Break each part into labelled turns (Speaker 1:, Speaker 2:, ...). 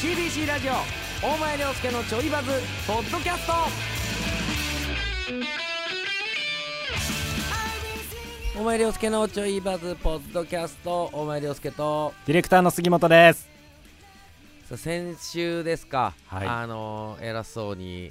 Speaker 1: TBC ラジオ大前涼介のちょいバズポッドキャスト大前涼介のちょいバズポッドキャスト大前涼介と
Speaker 2: ディレクターの杉本です。
Speaker 1: さ先週ですか、
Speaker 2: はい
Speaker 1: あのー偉そうに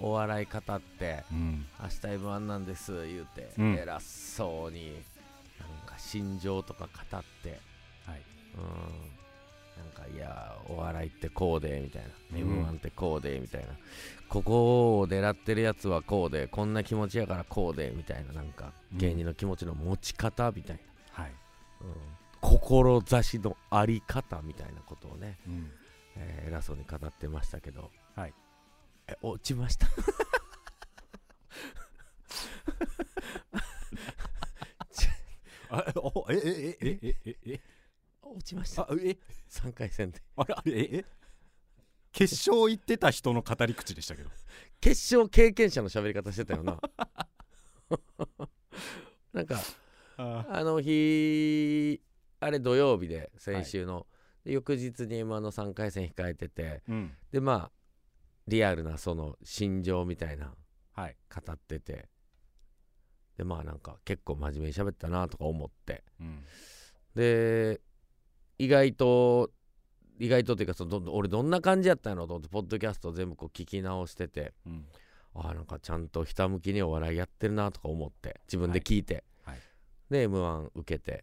Speaker 1: お笑い語って
Speaker 2: うん、
Speaker 1: 「明日 m 1なんです」言うて、
Speaker 2: うん
Speaker 1: 偉そうになんか心情とか語って
Speaker 2: はい。
Speaker 1: うんなんかいやお笑いってこうでみたいな、
Speaker 2: うん
Speaker 1: m 1ってこうでみたいなここを狙ってるやつはこうでこんな気持ちやからこうでみたいななんか
Speaker 2: うん
Speaker 1: 芸人の気持ちの持ち方みたいな、
Speaker 2: はい。
Speaker 1: うん、志のあり方みたいなことをね
Speaker 2: うん。
Speaker 1: えー偉そうに語ってましたけど、
Speaker 2: はい、
Speaker 1: え落ちました
Speaker 2: あ、お、え、え、え、え、え、え、え、
Speaker 1: 落ちました
Speaker 2: あ、え、
Speaker 1: 3回戦で
Speaker 2: あれ、あれ、え、え。決勝行ってた人の語り口でしたけど。
Speaker 1: 決勝経験者の喋り方してたよ ななんか
Speaker 2: あ
Speaker 1: あの日あれ土曜日で先週の、で翌日に m 1の3回戦控えてて
Speaker 2: うん。
Speaker 1: でまあリアルなその心情みたいな
Speaker 2: はい。
Speaker 1: 語っててでまあなんか結構真面目に喋ったなとか思って
Speaker 2: うん。
Speaker 1: で意外と意外とっていうかそのどんどん俺どんな感じやったのと思ってポッドキャスト全部こう聞き直してて
Speaker 2: うん。
Speaker 1: ああなんかちゃんとひたむきにお笑いやってるなとか思って自分で聞いて、
Speaker 2: はいはい
Speaker 1: で m 1受けて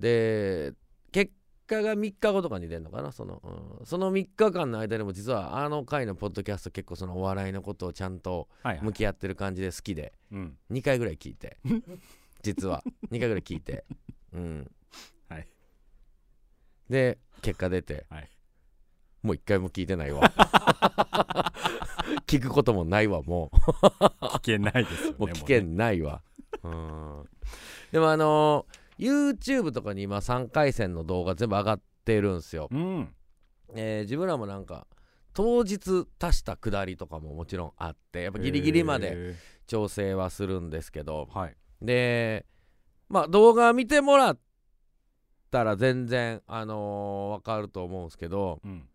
Speaker 1: で結果が3日後とかに出るのかなその、うんその3日間の間でも実はあの回のポッドキャスト結構そのお笑いのことをちゃんと
Speaker 2: はい、はい
Speaker 1: 向。き合ってる感じで好きで
Speaker 2: うん。
Speaker 1: 2回ぐらい聞いて実は2回ぐらい聞いてうん
Speaker 2: はい
Speaker 1: で結果出て、
Speaker 2: はい
Speaker 1: もう1回も聞いてな いわ聞くこともないわも
Speaker 2: 聞けないですよね。
Speaker 1: うもう聞けないわうんでもあのー YouTube とかに今3回戦の動画全部上がってるんすよ、
Speaker 2: もうね。うん。
Speaker 1: えー自分らもなんか当日足した下りとかももちろんあってやっぱギリギリまで
Speaker 2: へ
Speaker 1: 調整はするんですけど、
Speaker 2: ー。はい。
Speaker 1: でまあ動画見てもらったら全然あのー、分かると思うんですけど
Speaker 2: うん。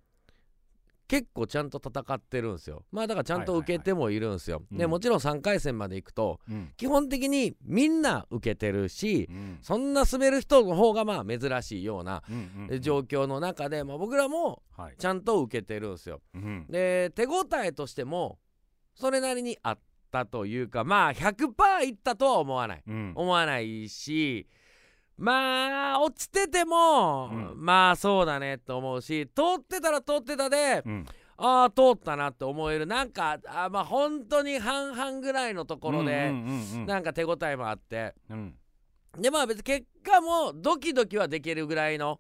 Speaker 1: 結構ちゃんと戦ってるんですよまあだからちゃんと
Speaker 2: はいはいは
Speaker 1: 受
Speaker 2: い
Speaker 1: けてもいるんですよ、
Speaker 2: うん
Speaker 1: でもちろん3回戦まで行くと
Speaker 2: うん。
Speaker 1: 基本的にみんな受けてるし
Speaker 2: うん。
Speaker 1: そんな滑る人の方がまあ珍しいような
Speaker 2: うんうん。
Speaker 1: 状況の中で、まあ、僕らも
Speaker 2: はい。
Speaker 1: ちゃんと受けてるんですよ
Speaker 2: うん。
Speaker 1: で手応えとしてもそれなりにあったというかまあ100%いったとは思わない
Speaker 2: うん。
Speaker 1: 思わないしまあ落ちてても、
Speaker 2: うん
Speaker 1: まあそうだねと思うし通ってたら通ってたで、
Speaker 2: うん。
Speaker 1: ああ通ったなって思えるなんかあーまあ本当に半々ぐらいのところで、
Speaker 2: うん。うんうん。
Speaker 1: なんか手応えもあって
Speaker 2: うん。
Speaker 1: でまあ別に結果もドキドキはできるぐらいの。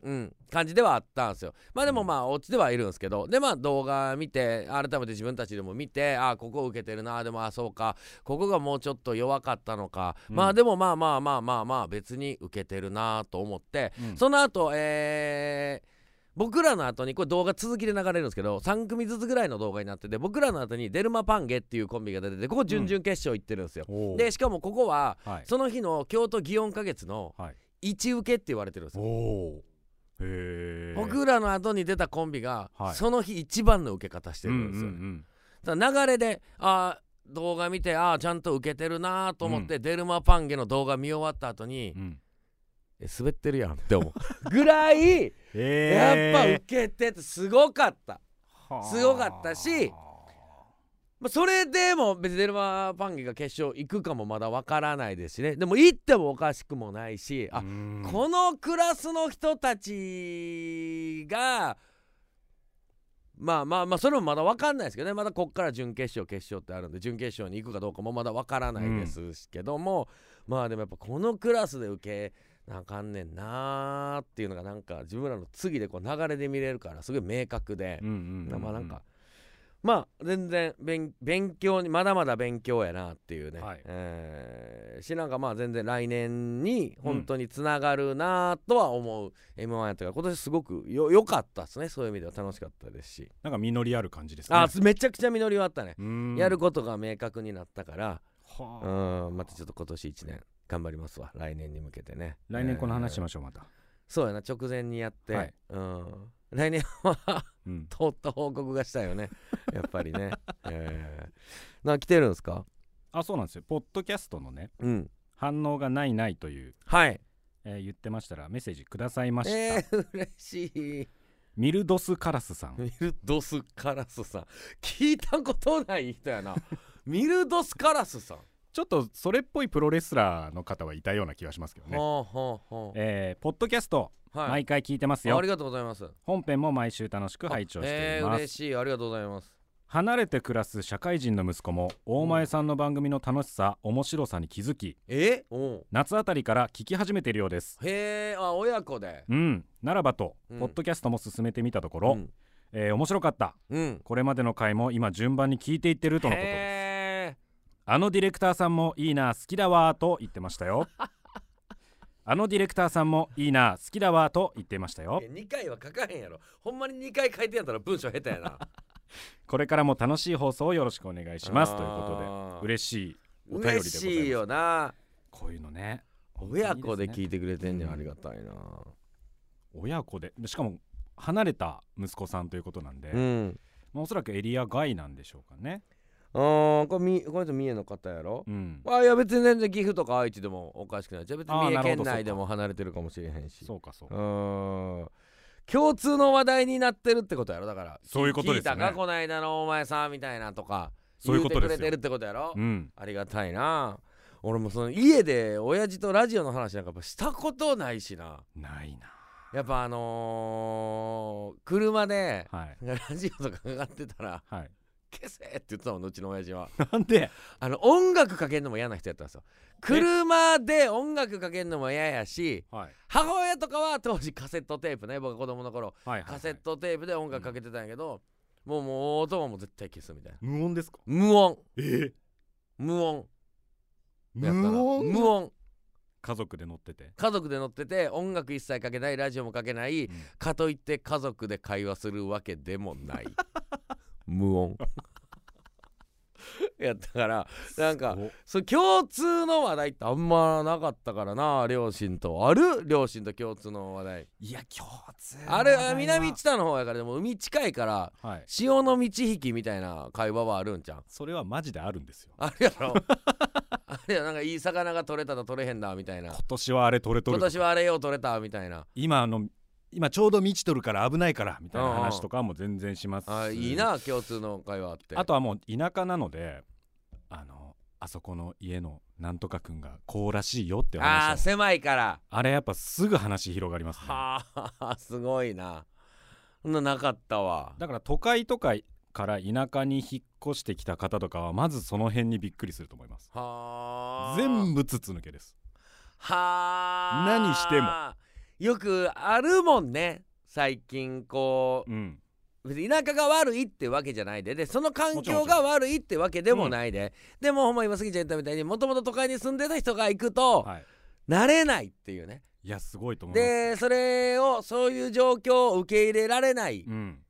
Speaker 1: うん、感じではあったんですよまあでも
Speaker 2: うん
Speaker 1: まあ落ちてはいるんですけどでまあ動画見て改めて自分たちでも見てああここ受けてるなでもああそうかここがもうちょっと弱かったのか、
Speaker 2: うん
Speaker 1: まあでもまあまあまあまあまあ別に受けてるなと思って、
Speaker 2: うん
Speaker 1: その後えー僕らの後にこれ動画続きで流れるんですけど3組ずつぐらいの動画になってて僕らの後にデルマパンゲっていうコンビが出ててここ準々決勝行ってるんですよ、
Speaker 2: おー
Speaker 1: でしかもここは
Speaker 2: はい。
Speaker 1: その日の京都祇園花月の
Speaker 2: はい。
Speaker 1: 一受けって言われてるんですよ
Speaker 2: おお。へえ。
Speaker 1: 僕らの後に出たコンビが、
Speaker 2: はい
Speaker 1: その日一番の受け方してるんですよ、ね
Speaker 2: うん
Speaker 1: だから流れであー動画見てあーちゃんと受けてるなーと思って、デルマパンゲの動画見終わった後に、
Speaker 2: うんうん。
Speaker 1: え滑ってるやんって 思うぐらい やっぱ受けててすごかった、
Speaker 2: ぱ
Speaker 1: すごかったしまあ、それでも別にデルマパンゲが決勝行くかもまだわからないですしねでも行ってもおかしくもないしあ、
Speaker 2: こ
Speaker 1: このクラスの人たちがまあまあまあそれもまだ分かんないですけどねまだこっから準決勝決勝ってあるんで準決勝に行くかどうかもまだ分からないですけども、まあでもやっぱこのクラスで受けなあかんねんなーっていうのがなんか自分らの次でこう流れで見れるからすごい明確で、まあなんかまあ全然勉勉強にまだまだ勉強やなっていうね、
Speaker 2: はい
Speaker 1: えーしなんかまあ全然来年に本当につながるなとは思う m 1やったから今年すごくよ良かったですねそういう意味では楽しかったですし、
Speaker 2: なんか実りある感じですね
Speaker 1: あめちゃくちゃ実りはあったね、
Speaker 2: うん
Speaker 1: やることが明確になったから
Speaker 2: はあ
Speaker 1: うんまたちょっと今年1年頑張りますわ来年に向けてね
Speaker 2: 来年この話し
Speaker 1: も
Speaker 2: ましょうまた
Speaker 1: そうやな直前にやって、
Speaker 2: はい
Speaker 1: うん来年は
Speaker 2: うん、
Speaker 1: 通った報告がしたいよね やっぱりね、えー、なんか来てるんですか
Speaker 2: あそうなんですよポッドキャストのね
Speaker 1: うん
Speaker 2: 反応がないないという、
Speaker 1: はい
Speaker 2: えー言ってましたらメッセージくださいました、
Speaker 1: えー、嬉しい
Speaker 2: ミルドスカラスさん
Speaker 1: ミルドスカラスさん聞いたことない 人やなミルドスカラスさん、
Speaker 2: ちょっとそれっぽいプロレスラーの方はいたような気がしますけどね
Speaker 1: ほうほうほう
Speaker 2: えーポッドキャスト、
Speaker 1: はい、
Speaker 2: 毎回聞いてます
Speaker 1: あ
Speaker 2: よ
Speaker 1: りがとうございます
Speaker 2: 本編も毎週楽しく拝聴しています、
Speaker 1: あえー嬉しいありがとうございます
Speaker 2: 離れて暮らす社会人の息子も大前さんの番組の楽しさ、面白さに気づき
Speaker 1: えおう
Speaker 2: 夏あたりから聞き始めているようです
Speaker 1: へえあ親子で
Speaker 2: うんならばと、
Speaker 1: うん
Speaker 2: ポッドキャストも進めてみたところ、
Speaker 1: うん
Speaker 2: えー面白かった
Speaker 1: うん
Speaker 2: これまでの回も今順番に聞いていってるとのことです
Speaker 1: へ
Speaker 2: あのディレクターさんもいいな好きだわーと言ってました よあのディレクターさんもいいな好きだわーと言っていましたよ
Speaker 1: え2回は書かへんやろほんまに2回書いてんやったら文章下手やな
Speaker 2: これからも楽しい放送をよろしくお願いします
Speaker 1: あー
Speaker 2: ということで嬉しいお便りでございま
Speaker 1: 嬉
Speaker 2: す
Speaker 1: しいよな
Speaker 2: こういうのね
Speaker 1: 親子で聞
Speaker 2: い
Speaker 1: いてくれてんねん、
Speaker 2: うん
Speaker 1: ありがたいな
Speaker 2: 親子でしかも離れた息子さんということなんで、
Speaker 1: うん
Speaker 2: まあ、おそらくエリア外なんでしょうかね
Speaker 1: あーこれみこの人三重の方やろ、
Speaker 2: うん
Speaker 1: あいや別に全然岐阜とか愛知でもおかしくないじゃあ別に
Speaker 2: あー
Speaker 1: 三重
Speaker 2: なる
Speaker 1: 県
Speaker 2: ほど
Speaker 1: 内でも離れてるかもしれへんし
Speaker 2: そうかそう
Speaker 1: う
Speaker 2: か
Speaker 1: ーん共通の話題になってるってことやろだから
Speaker 2: そういうこと
Speaker 1: 聞
Speaker 2: で
Speaker 1: い
Speaker 2: すよ
Speaker 1: た
Speaker 2: ね
Speaker 1: かこの間のお前さんみたいなとか
Speaker 2: そうい
Speaker 1: 言
Speaker 2: う
Speaker 1: う
Speaker 2: こと
Speaker 1: てく
Speaker 2: で
Speaker 1: れ
Speaker 2: す
Speaker 1: て
Speaker 2: よ
Speaker 1: るってことやろ
Speaker 2: うん
Speaker 1: ありがたいな俺もその家で親父とラジオの話なんかやっぱしたことないしな
Speaker 2: ないな
Speaker 1: やっぱあのー車で
Speaker 2: はい
Speaker 1: ラジオとかかかってたら
Speaker 2: はい
Speaker 1: 「消せ!」って言ってたもんうちの親父は
Speaker 2: なんで
Speaker 1: あの音楽かけるのも嫌な人やったんですよ車で音楽かけるのも嫌やし
Speaker 2: はい
Speaker 1: 母親とかは当時カセットテープね僕が子供の頃
Speaker 2: はいはい、
Speaker 1: カセットテープで音楽かけてたんやけど、もうもう音はもう絶対消すみたいな
Speaker 2: 無音ですか
Speaker 1: 無音
Speaker 2: えー、
Speaker 1: 無音やったな
Speaker 2: 無音
Speaker 1: 無音
Speaker 2: 家族で乗ってて、
Speaker 1: 家族で乗ってて音楽一切かけないラジオもかけない
Speaker 2: うん
Speaker 1: かといって家族で会話するわけでもない 無音 やったからなんか
Speaker 2: すご
Speaker 1: そう共通の話題ってあんまなかったからな両親とある両親と共通の話題
Speaker 2: いや共通
Speaker 1: あれ南
Speaker 2: 地
Speaker 1: 知多の方やからでも海近いから
Speaker 2: はい
Speaker 1: 潮の満ち引きみたいな会話はあるんじゃん
Speaker 2: それはマジであるんですよ
Speaker 1: あるや ろあれやなんかいい魚が取れたと取れへんだみたいな
Speaker 2: 今年はあれ取れと
Speaker 1: 今
Speaker 2: る
Speaker 1: 年はあれよう取れたみたいな
Speaker 2: 今あの今ちょうど満ちとるから危ないからみたいな話とかも全然しますし
Speaker 1: あいいな共通の会話あって
Speaker 2: あとはもう田舎なのであのあそこの家のなんとかくんがこうらしいよって
Speaker 1: あー
Speaker 2: 話を
Speaker 1: 狭いから
Speaker 2: あれやっぱすぐ話広がりますね
Speaker 1: はあすごいなそんななかったわ
Speaker 2: だから都会とかから田舎に引っ越してきた方とかはまずその辺にびっくりすると思います
Speaker 1: はあ
Speaker 2: 全部筒抜けです
Speaker 1: はあ
Speaker 2: 何しても
Speaker 1: よくあるもんね最近こう
Speaker 2: うん
Speaker 1: 別に田舎が悪いってわけじゃないででその環
Speaker 2: もちろんも
Speaker 1: 境
Speaker 2: ちろ
Speaker 1: が悪いってわけでもないで、でもほんま今杉ちゃん言ったみたいにもともと都会に住んでた人が行くと、
Speaker 2: はい
Speaker 1: 慣れないっていうね
Speaker 2: いやすごいと思います
Speaker 1: でそれをそういう状況を受け入れられない
Speaker 2: うん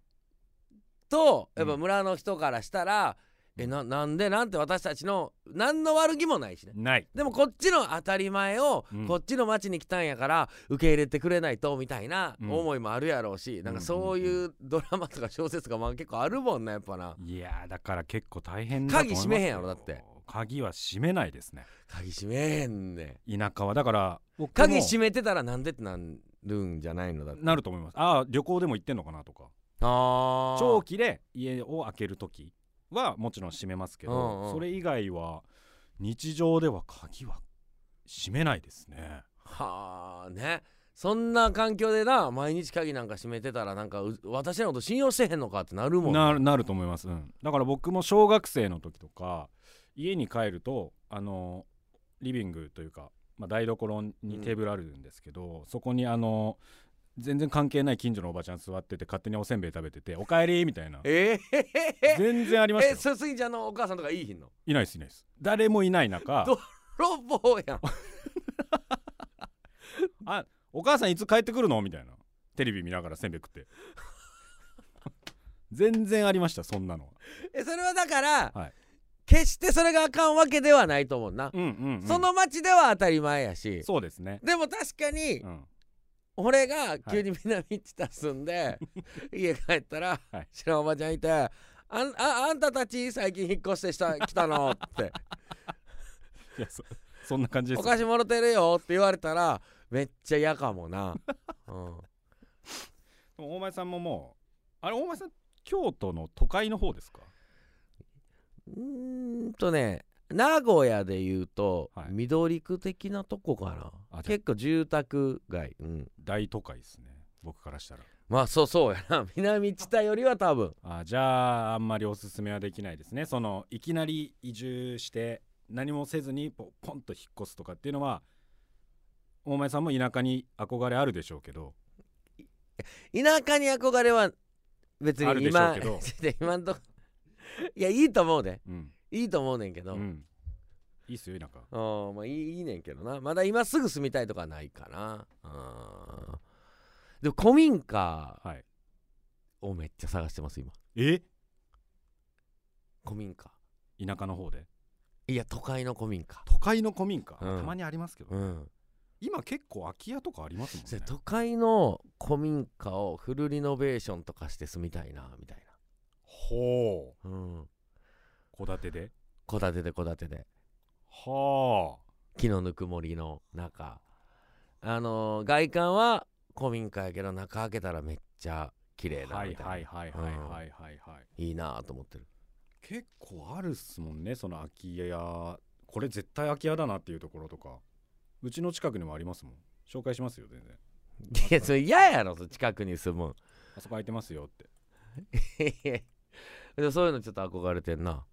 Speaker 1: と、
Speaker 2: うん
Speaker 1: やっぱ村の人からしたら、
Speaker 2: うん
Speaker 1: えななんでなんて私たちの何の悪気もないしね
Speaker 2: ない
Speaker 1: でもこっちの当たり前を、
Speaker 2: うん
Speaker 1: こっちの町に来たんやから受け入れてくれないとみたいな
Speaker 2: うん
Speaker 1: 思いもあるやろうし、なんかそういうドラマとか小説とかまあ結構あるもんなやっぱない
Speaker 2: やーだから結構大変だと思いますよ
Speaker 1: 鍵閉めへんやろだって
Speaker 2: 鍵は閉めないですね
Speaker 1: 鍵閉めへんねん
Speaker 2: 田舎はだから僕も
Speaker 1: 鍵閉めてたらなんでってなるんじゃないのだって
Speaker 2: なると思いますああ旅行でも行ってんのかなとか
Speaker 1: あー
Speaker 2: 長期で家を開ける時はもちろん閉めますけど、
Speaker 1: うんうん
Speaker 2: それ以外は日常では鍵は閉めないですね
Speaker 1: はあねそんな環境でな毎日鍵なんか閉めてたらなんかう私のこと信用してへんのかってなるもんね
Speaker 2: なるなると思います、うんだから僕も小学生の時とか家に帰るとあのリビングというか、まあ、台所にテーブルあるんですけど、そこにあの全然関係ない近所のおばちゃん座ってて勝手におせんべい食べてて「おかえり」みたいな
Speaker 1: えー、
Speaker 2: 全然ありました
Speaker 1: え
Speaker 2: よ
Speaker 1: そすぎちゃんのお母さんとかいいひんの
Speaker 2: いないですいないです誰もいない中
Speaker 1: どロボやん
Speaker 2: あお母さんいつ帰ってくるのみたいなテレビ見ながらせんべい食って 全然ありましたそんなのは
Speaker 1: えそれはだから、
Speaker 2: はい
Speaker 1: 決してそれがあかんわけではないと思うな、
Speaker 2: うんうん、うん
Speaker 1: その町では当たり前やし
Speaker 2: そうですね
Speaker 1: でも確かに
Speaker 2: うん
Speaker 1: 俺が急に南っち足すんで、家帰ったら、
Speaker 2: はい
Speaker 1: 知らんおばちゃんいて「あんああんたたち最近引っ越してした来たの?」 って
Speaker 2: いやそそんな感じ
Speaker 1: 「
Speaker 2: で
Speaker 1: お
Speaker 2: すよ
Speaker 1: 菓子もろてるよ」って言われたらめっちゃ嫌かもな、うん、
Speaker 2: でも大前さんももうあれ大前さん京都の都会の方ですか
Speaker 1: うーんとね名古屋で言うと、
Speaker 2: はい
Speaker 1: 緑区的なとこかな
Speaker 2: あじゃあ
Speaker 1: 結構住宅街、うん、
Speaker 2: 大都会ですね僕からしたら
Speaker 1: まあそうそうやな 南地帯よりは多分
Speaker 2: あじゃああんまりおすすめはできないですねそのいきなり移住して何もせずにポポンと引っ越すとかっていうのは大前さんも田舎に憧れあるでしょうけど
Speaker 1: 田舎に憧れは別
Speaker 2: ある
Speaker 1: に
Speaker 2: でしょ
Speaker 1: 今
Speaker 2: うけど
Speaker 1: ちょっと今ん とこいやいいと思うで
Speaker 2: うん、
Speaker 1: いいと思うねんけ
Speaker 2: う
Speaker 1: ど、
Speaker 2: ん、いいっすよ田舎
Speaker 1: うんまあいいいいねんけどなまだ今すぐ住みたいとかはないかなうんでも古民家
Speaker 2: はい
Speaker 1: をめっちゃ探してます今
Speaker 2: え
Speaker 1: 古民家
Speaker 2: 田舎の方で
Speaker 1: いや都会の古民家
Speaker 2: 都会の古民家、
Speaker 1: うん
Speaker 2: たまにありますけど、
Speaker 1: うん
Speaker 2: 今結構空き家とかありますもん
Speaker 1: それ
Speaker 2: ね
Speaker 1: 都会の古民家をフルリノベーションとかして住みたいなみたい
Speaker 2: ほ
Speaker 1: なうん
Speaker 2: う戸建てで
Speaker 1: 戸建てで戸建てで
Speaker 2: はあ
Speaker 1: 木のぬくもりの中あのー外観は古民家やけど中開けたらめっちゃ綺麗な
Speaker 2: はい
Speaker 1: みたいな、
Speaker 2: はいはいはいはいはいはい、
Speaker 1: いいなと思ってる
Speaker 2: 結構あるっすもんねその空き家これ絶対空き家だなっていうところとかうちの近くにもありますもん紹介しますよ全然
Speaker 1: いやそれ嫌やろそれ近くに住むん
Speaker 2: あそこ空いてますよって
Speaker 1: でもそういうのちょっと憧れてんな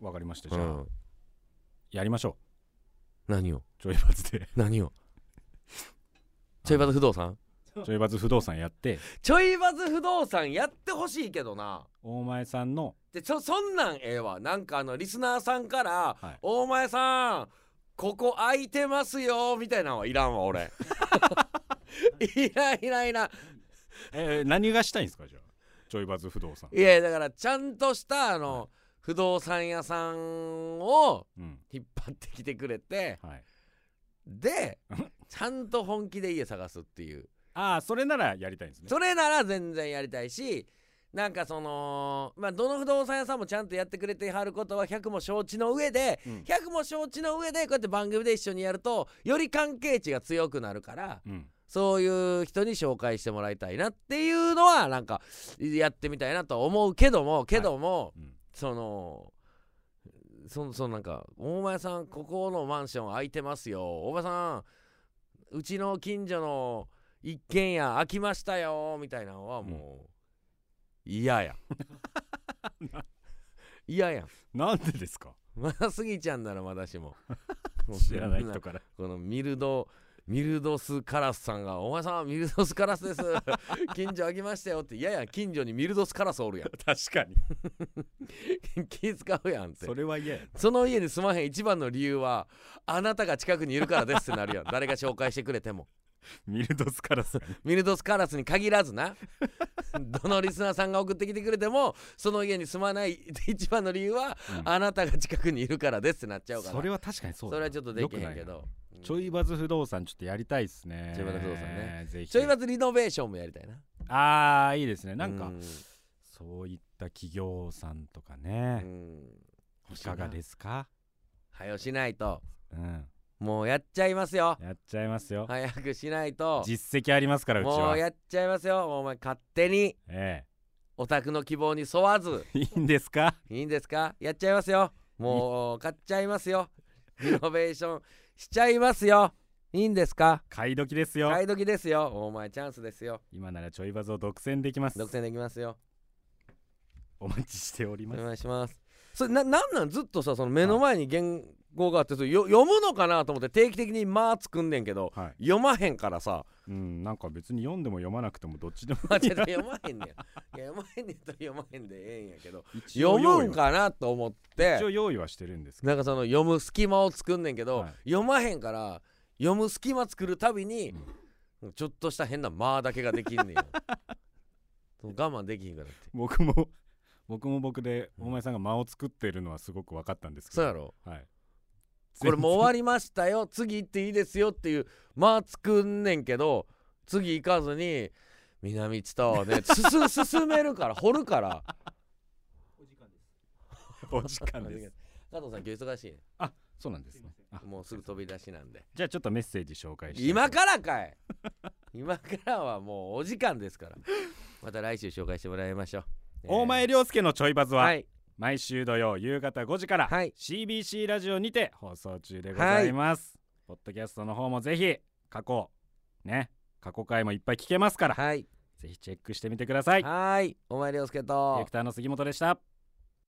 Speaker 2: わかりましたじ
Speaker 1: う
Speaker 2: ゃあ、
Speaker 1: ん
Speaker 2: やりましょ
Speaker 1: 何を
Speaker 2: うちょいバズで
Speaker 1: 何をちょいバズ不動産
Speaker 2: ちょいバズ不動産やって
Speaker 1: ちょいバズ不動産やってほしいけどな
Speaker 2: 大前さんの
Speaker 1: でそそんなんええわなんかあのリスナーさんから
Speaker 2: はい
Speaker 1: 「大前さんここ空いてますよ」みたいなのはいらんわ 俺いらんいらんいらん
Speaker 2: えー何がしたいんですかじゃあちょいバズ不動産
Speaker 1: いやだからちゃんとしたあの、
Speaker 2: は
Speaker 1: 不動産屋さんを
Speaker 2: うん
Speaker 1: 引っ張ってきてくれて
Speaker 2: はい
Speaker 1: でちゃんと本気で家探すっていう
Speaker 2: ああそれならやりたいんですね
Speaker 1: それなら全然やりたいしなんかそのまあどの不動産屋さんもちゃんとやってくれてはることは100も承知の上で
Speaker 2: うん、
Speaker 1: 100も承知の上でこうやって番組で一緒にやるとより関係値が強くなるから
Speaker 2: うん
Speaker 1: そういう人に紹介してもらいたいなっていうのはなんかやってみたいなとは思うけどもけども、
Speaker 2: うん
Speaker 1: その。そのそのなんか「大前さんここのマンション空いてますよ大前さんうちの近所の一軒家空きましたよ」みたいなのはもう 嫌、や嫌やん
Speaker 2: なんでですか
Speaker 1: まあスギちゃんならまだしも
Speaker 2: 知らない人 から
Speaker 1: このミルドミルドスカラスさんが「お前さんミルドスカラ スです近所あきましたよ」って「いやいや近所にミルドスカラスお るや
Speaker 2: 確かに
Speaker 1: ん気使うやん」って
Speaker 2: それは嫌や
Speaker 1: その家に住まへん一番の理由はあなたが近くにいるからですっ てなるやん誰が紹介してくれても
Speaker 2: ミルドスカラスがね
Speaker 1: ミルドスカラスに限ら ずなどのリスナーさんが送ってきてくれてもその家に住まない一番の理由は、
Speaker 2: うん
Speaker 1: あなたが近くにいるからですってなっちゃうから
Speaker 2: それは確かにそう
Speaker 1: そ
Speaker 2: だな
Speaker 1: れはちょっとできへ
Speaker 2: よ
Speaker 1: んけ
Speaker 2: くないな
Speaker 1: どうん
Speaker 2: ちょいバズ不動産ちょっとやりたいですね
Speaker 1: ちょいバズ不動産ね
Speaker 2: ぜひ
Speaker 1: ちょいバズリノベーションもやりたいな
Speaker 2: あーいいですねなんか、
Speaker 1: う
Speaker 2: そういった企業さんとか
Speaker 1: う
Speaker 2: ね、
Speaker 1: ん
Speaker 2: いかがですか
Speaker 1: 早よしないと
Speaker 2: うん
Speaker 1: もうやっちゃいますよ
Speaker 2: やっちゃいますよ
Speaker 1: 早くしないと
Speaker 2: 実績ありますからうち
Speaker 1: も
Speaker 2: は
Speaker 1: うやっちゃいますよもうお前勝手に
Speaker 2: え
Speaker 1: お宅の希望に沿わず
Speaker 2: えいいんですか
Speaker 1: いいんですかやっちゃいますよもう買っちゃいますよリノベーションしちゃいますよいいんですか
Speaker 2: 買い時ですよ、
Speaker 1: 買い時ですよお前チャンスですよ
Speaker 2: 今ならちょいバズを独占できます
Speaker 1: 独占できますよ
Speaker 2: お待ちしており
Speaker 1: お
Speaker 2: ます
Speaker 1: 願いしますそれななんなんずっとさその目の前に原稿があってそれよ読むのかなと思って定期的に「まあ」作んねんけど
Speaker 2: はい、
Speaker 1: 読まへんからさ
Speaker 2: うん、なんか別に読んでも読まなくてもどっちでも
Speaker 1: まあ、ちょっと読まへんねん。いや読まへんねんと読まへんでええんやけど
Speaker 2: 一応
Speaker 1: 読
Speaker 2: 用
Speaker 1: む
Speaker 2: 意
Speaker 1: ん
Speaker 2: は
Speaker 1: かなと思っ
Speaker 2: 一応
Speaker 1: て
Speaker 2: 用意はしてるんですけど
Speaker 1: なんかその読む隙間を作んねんけど、
Speaker 2: はい
Speaker 1: 読まへんから読む隙間作るたびに
Speaker 2: うん、
Speaker 1: ちょっとした変な間だけができんねんよ。 我慢できへんからって。
Speaker 2: 僕も僕も僕で
Speaker 1: うん
Speaker 2: 大前さんが間を作ってるのはすごく分かったんですけ
Speaker 1: そう
Speaker 2: ど、
Speaker 1: やろ
Speaker 2: はい、
Speaker 1: これもう終わりましたよ次行っていいですよっていう間作んねんけど次行かずに南知多は ね進 進めるから掘るから
Speaker 2: お時間 です。
Speaker 1: 加藤さん今日忙しいね
Speaker 2: そうなんですね。あ
Speaker 1: もうすぐ飛び出しなんで
Speaker 2: じゃあちょっとメッセージ紹介して。
Speaker 1: 今からかい 今からはもうお時間ですからまた来週紹介してもらいま しょう、
Speaker 2: 大前
Speaker 1: り
Speaker 2: 涼介のちょいバズは、
Speaker 1: はい
Speaker 2: 毎週土曜夕方5時から、
Speaker 1: はい
Speaker 2: CBC ラジオにて放送中でございます。ポッドキャストの方もぜひ過去ね過去回もいっぱい聞けますから、
Speaker 1: はい
Speaker 2: ぜひチェックしてみてください。デ
Speaker 1: はいお前涼介と
Speaker 2: ィレクターの杉本でした。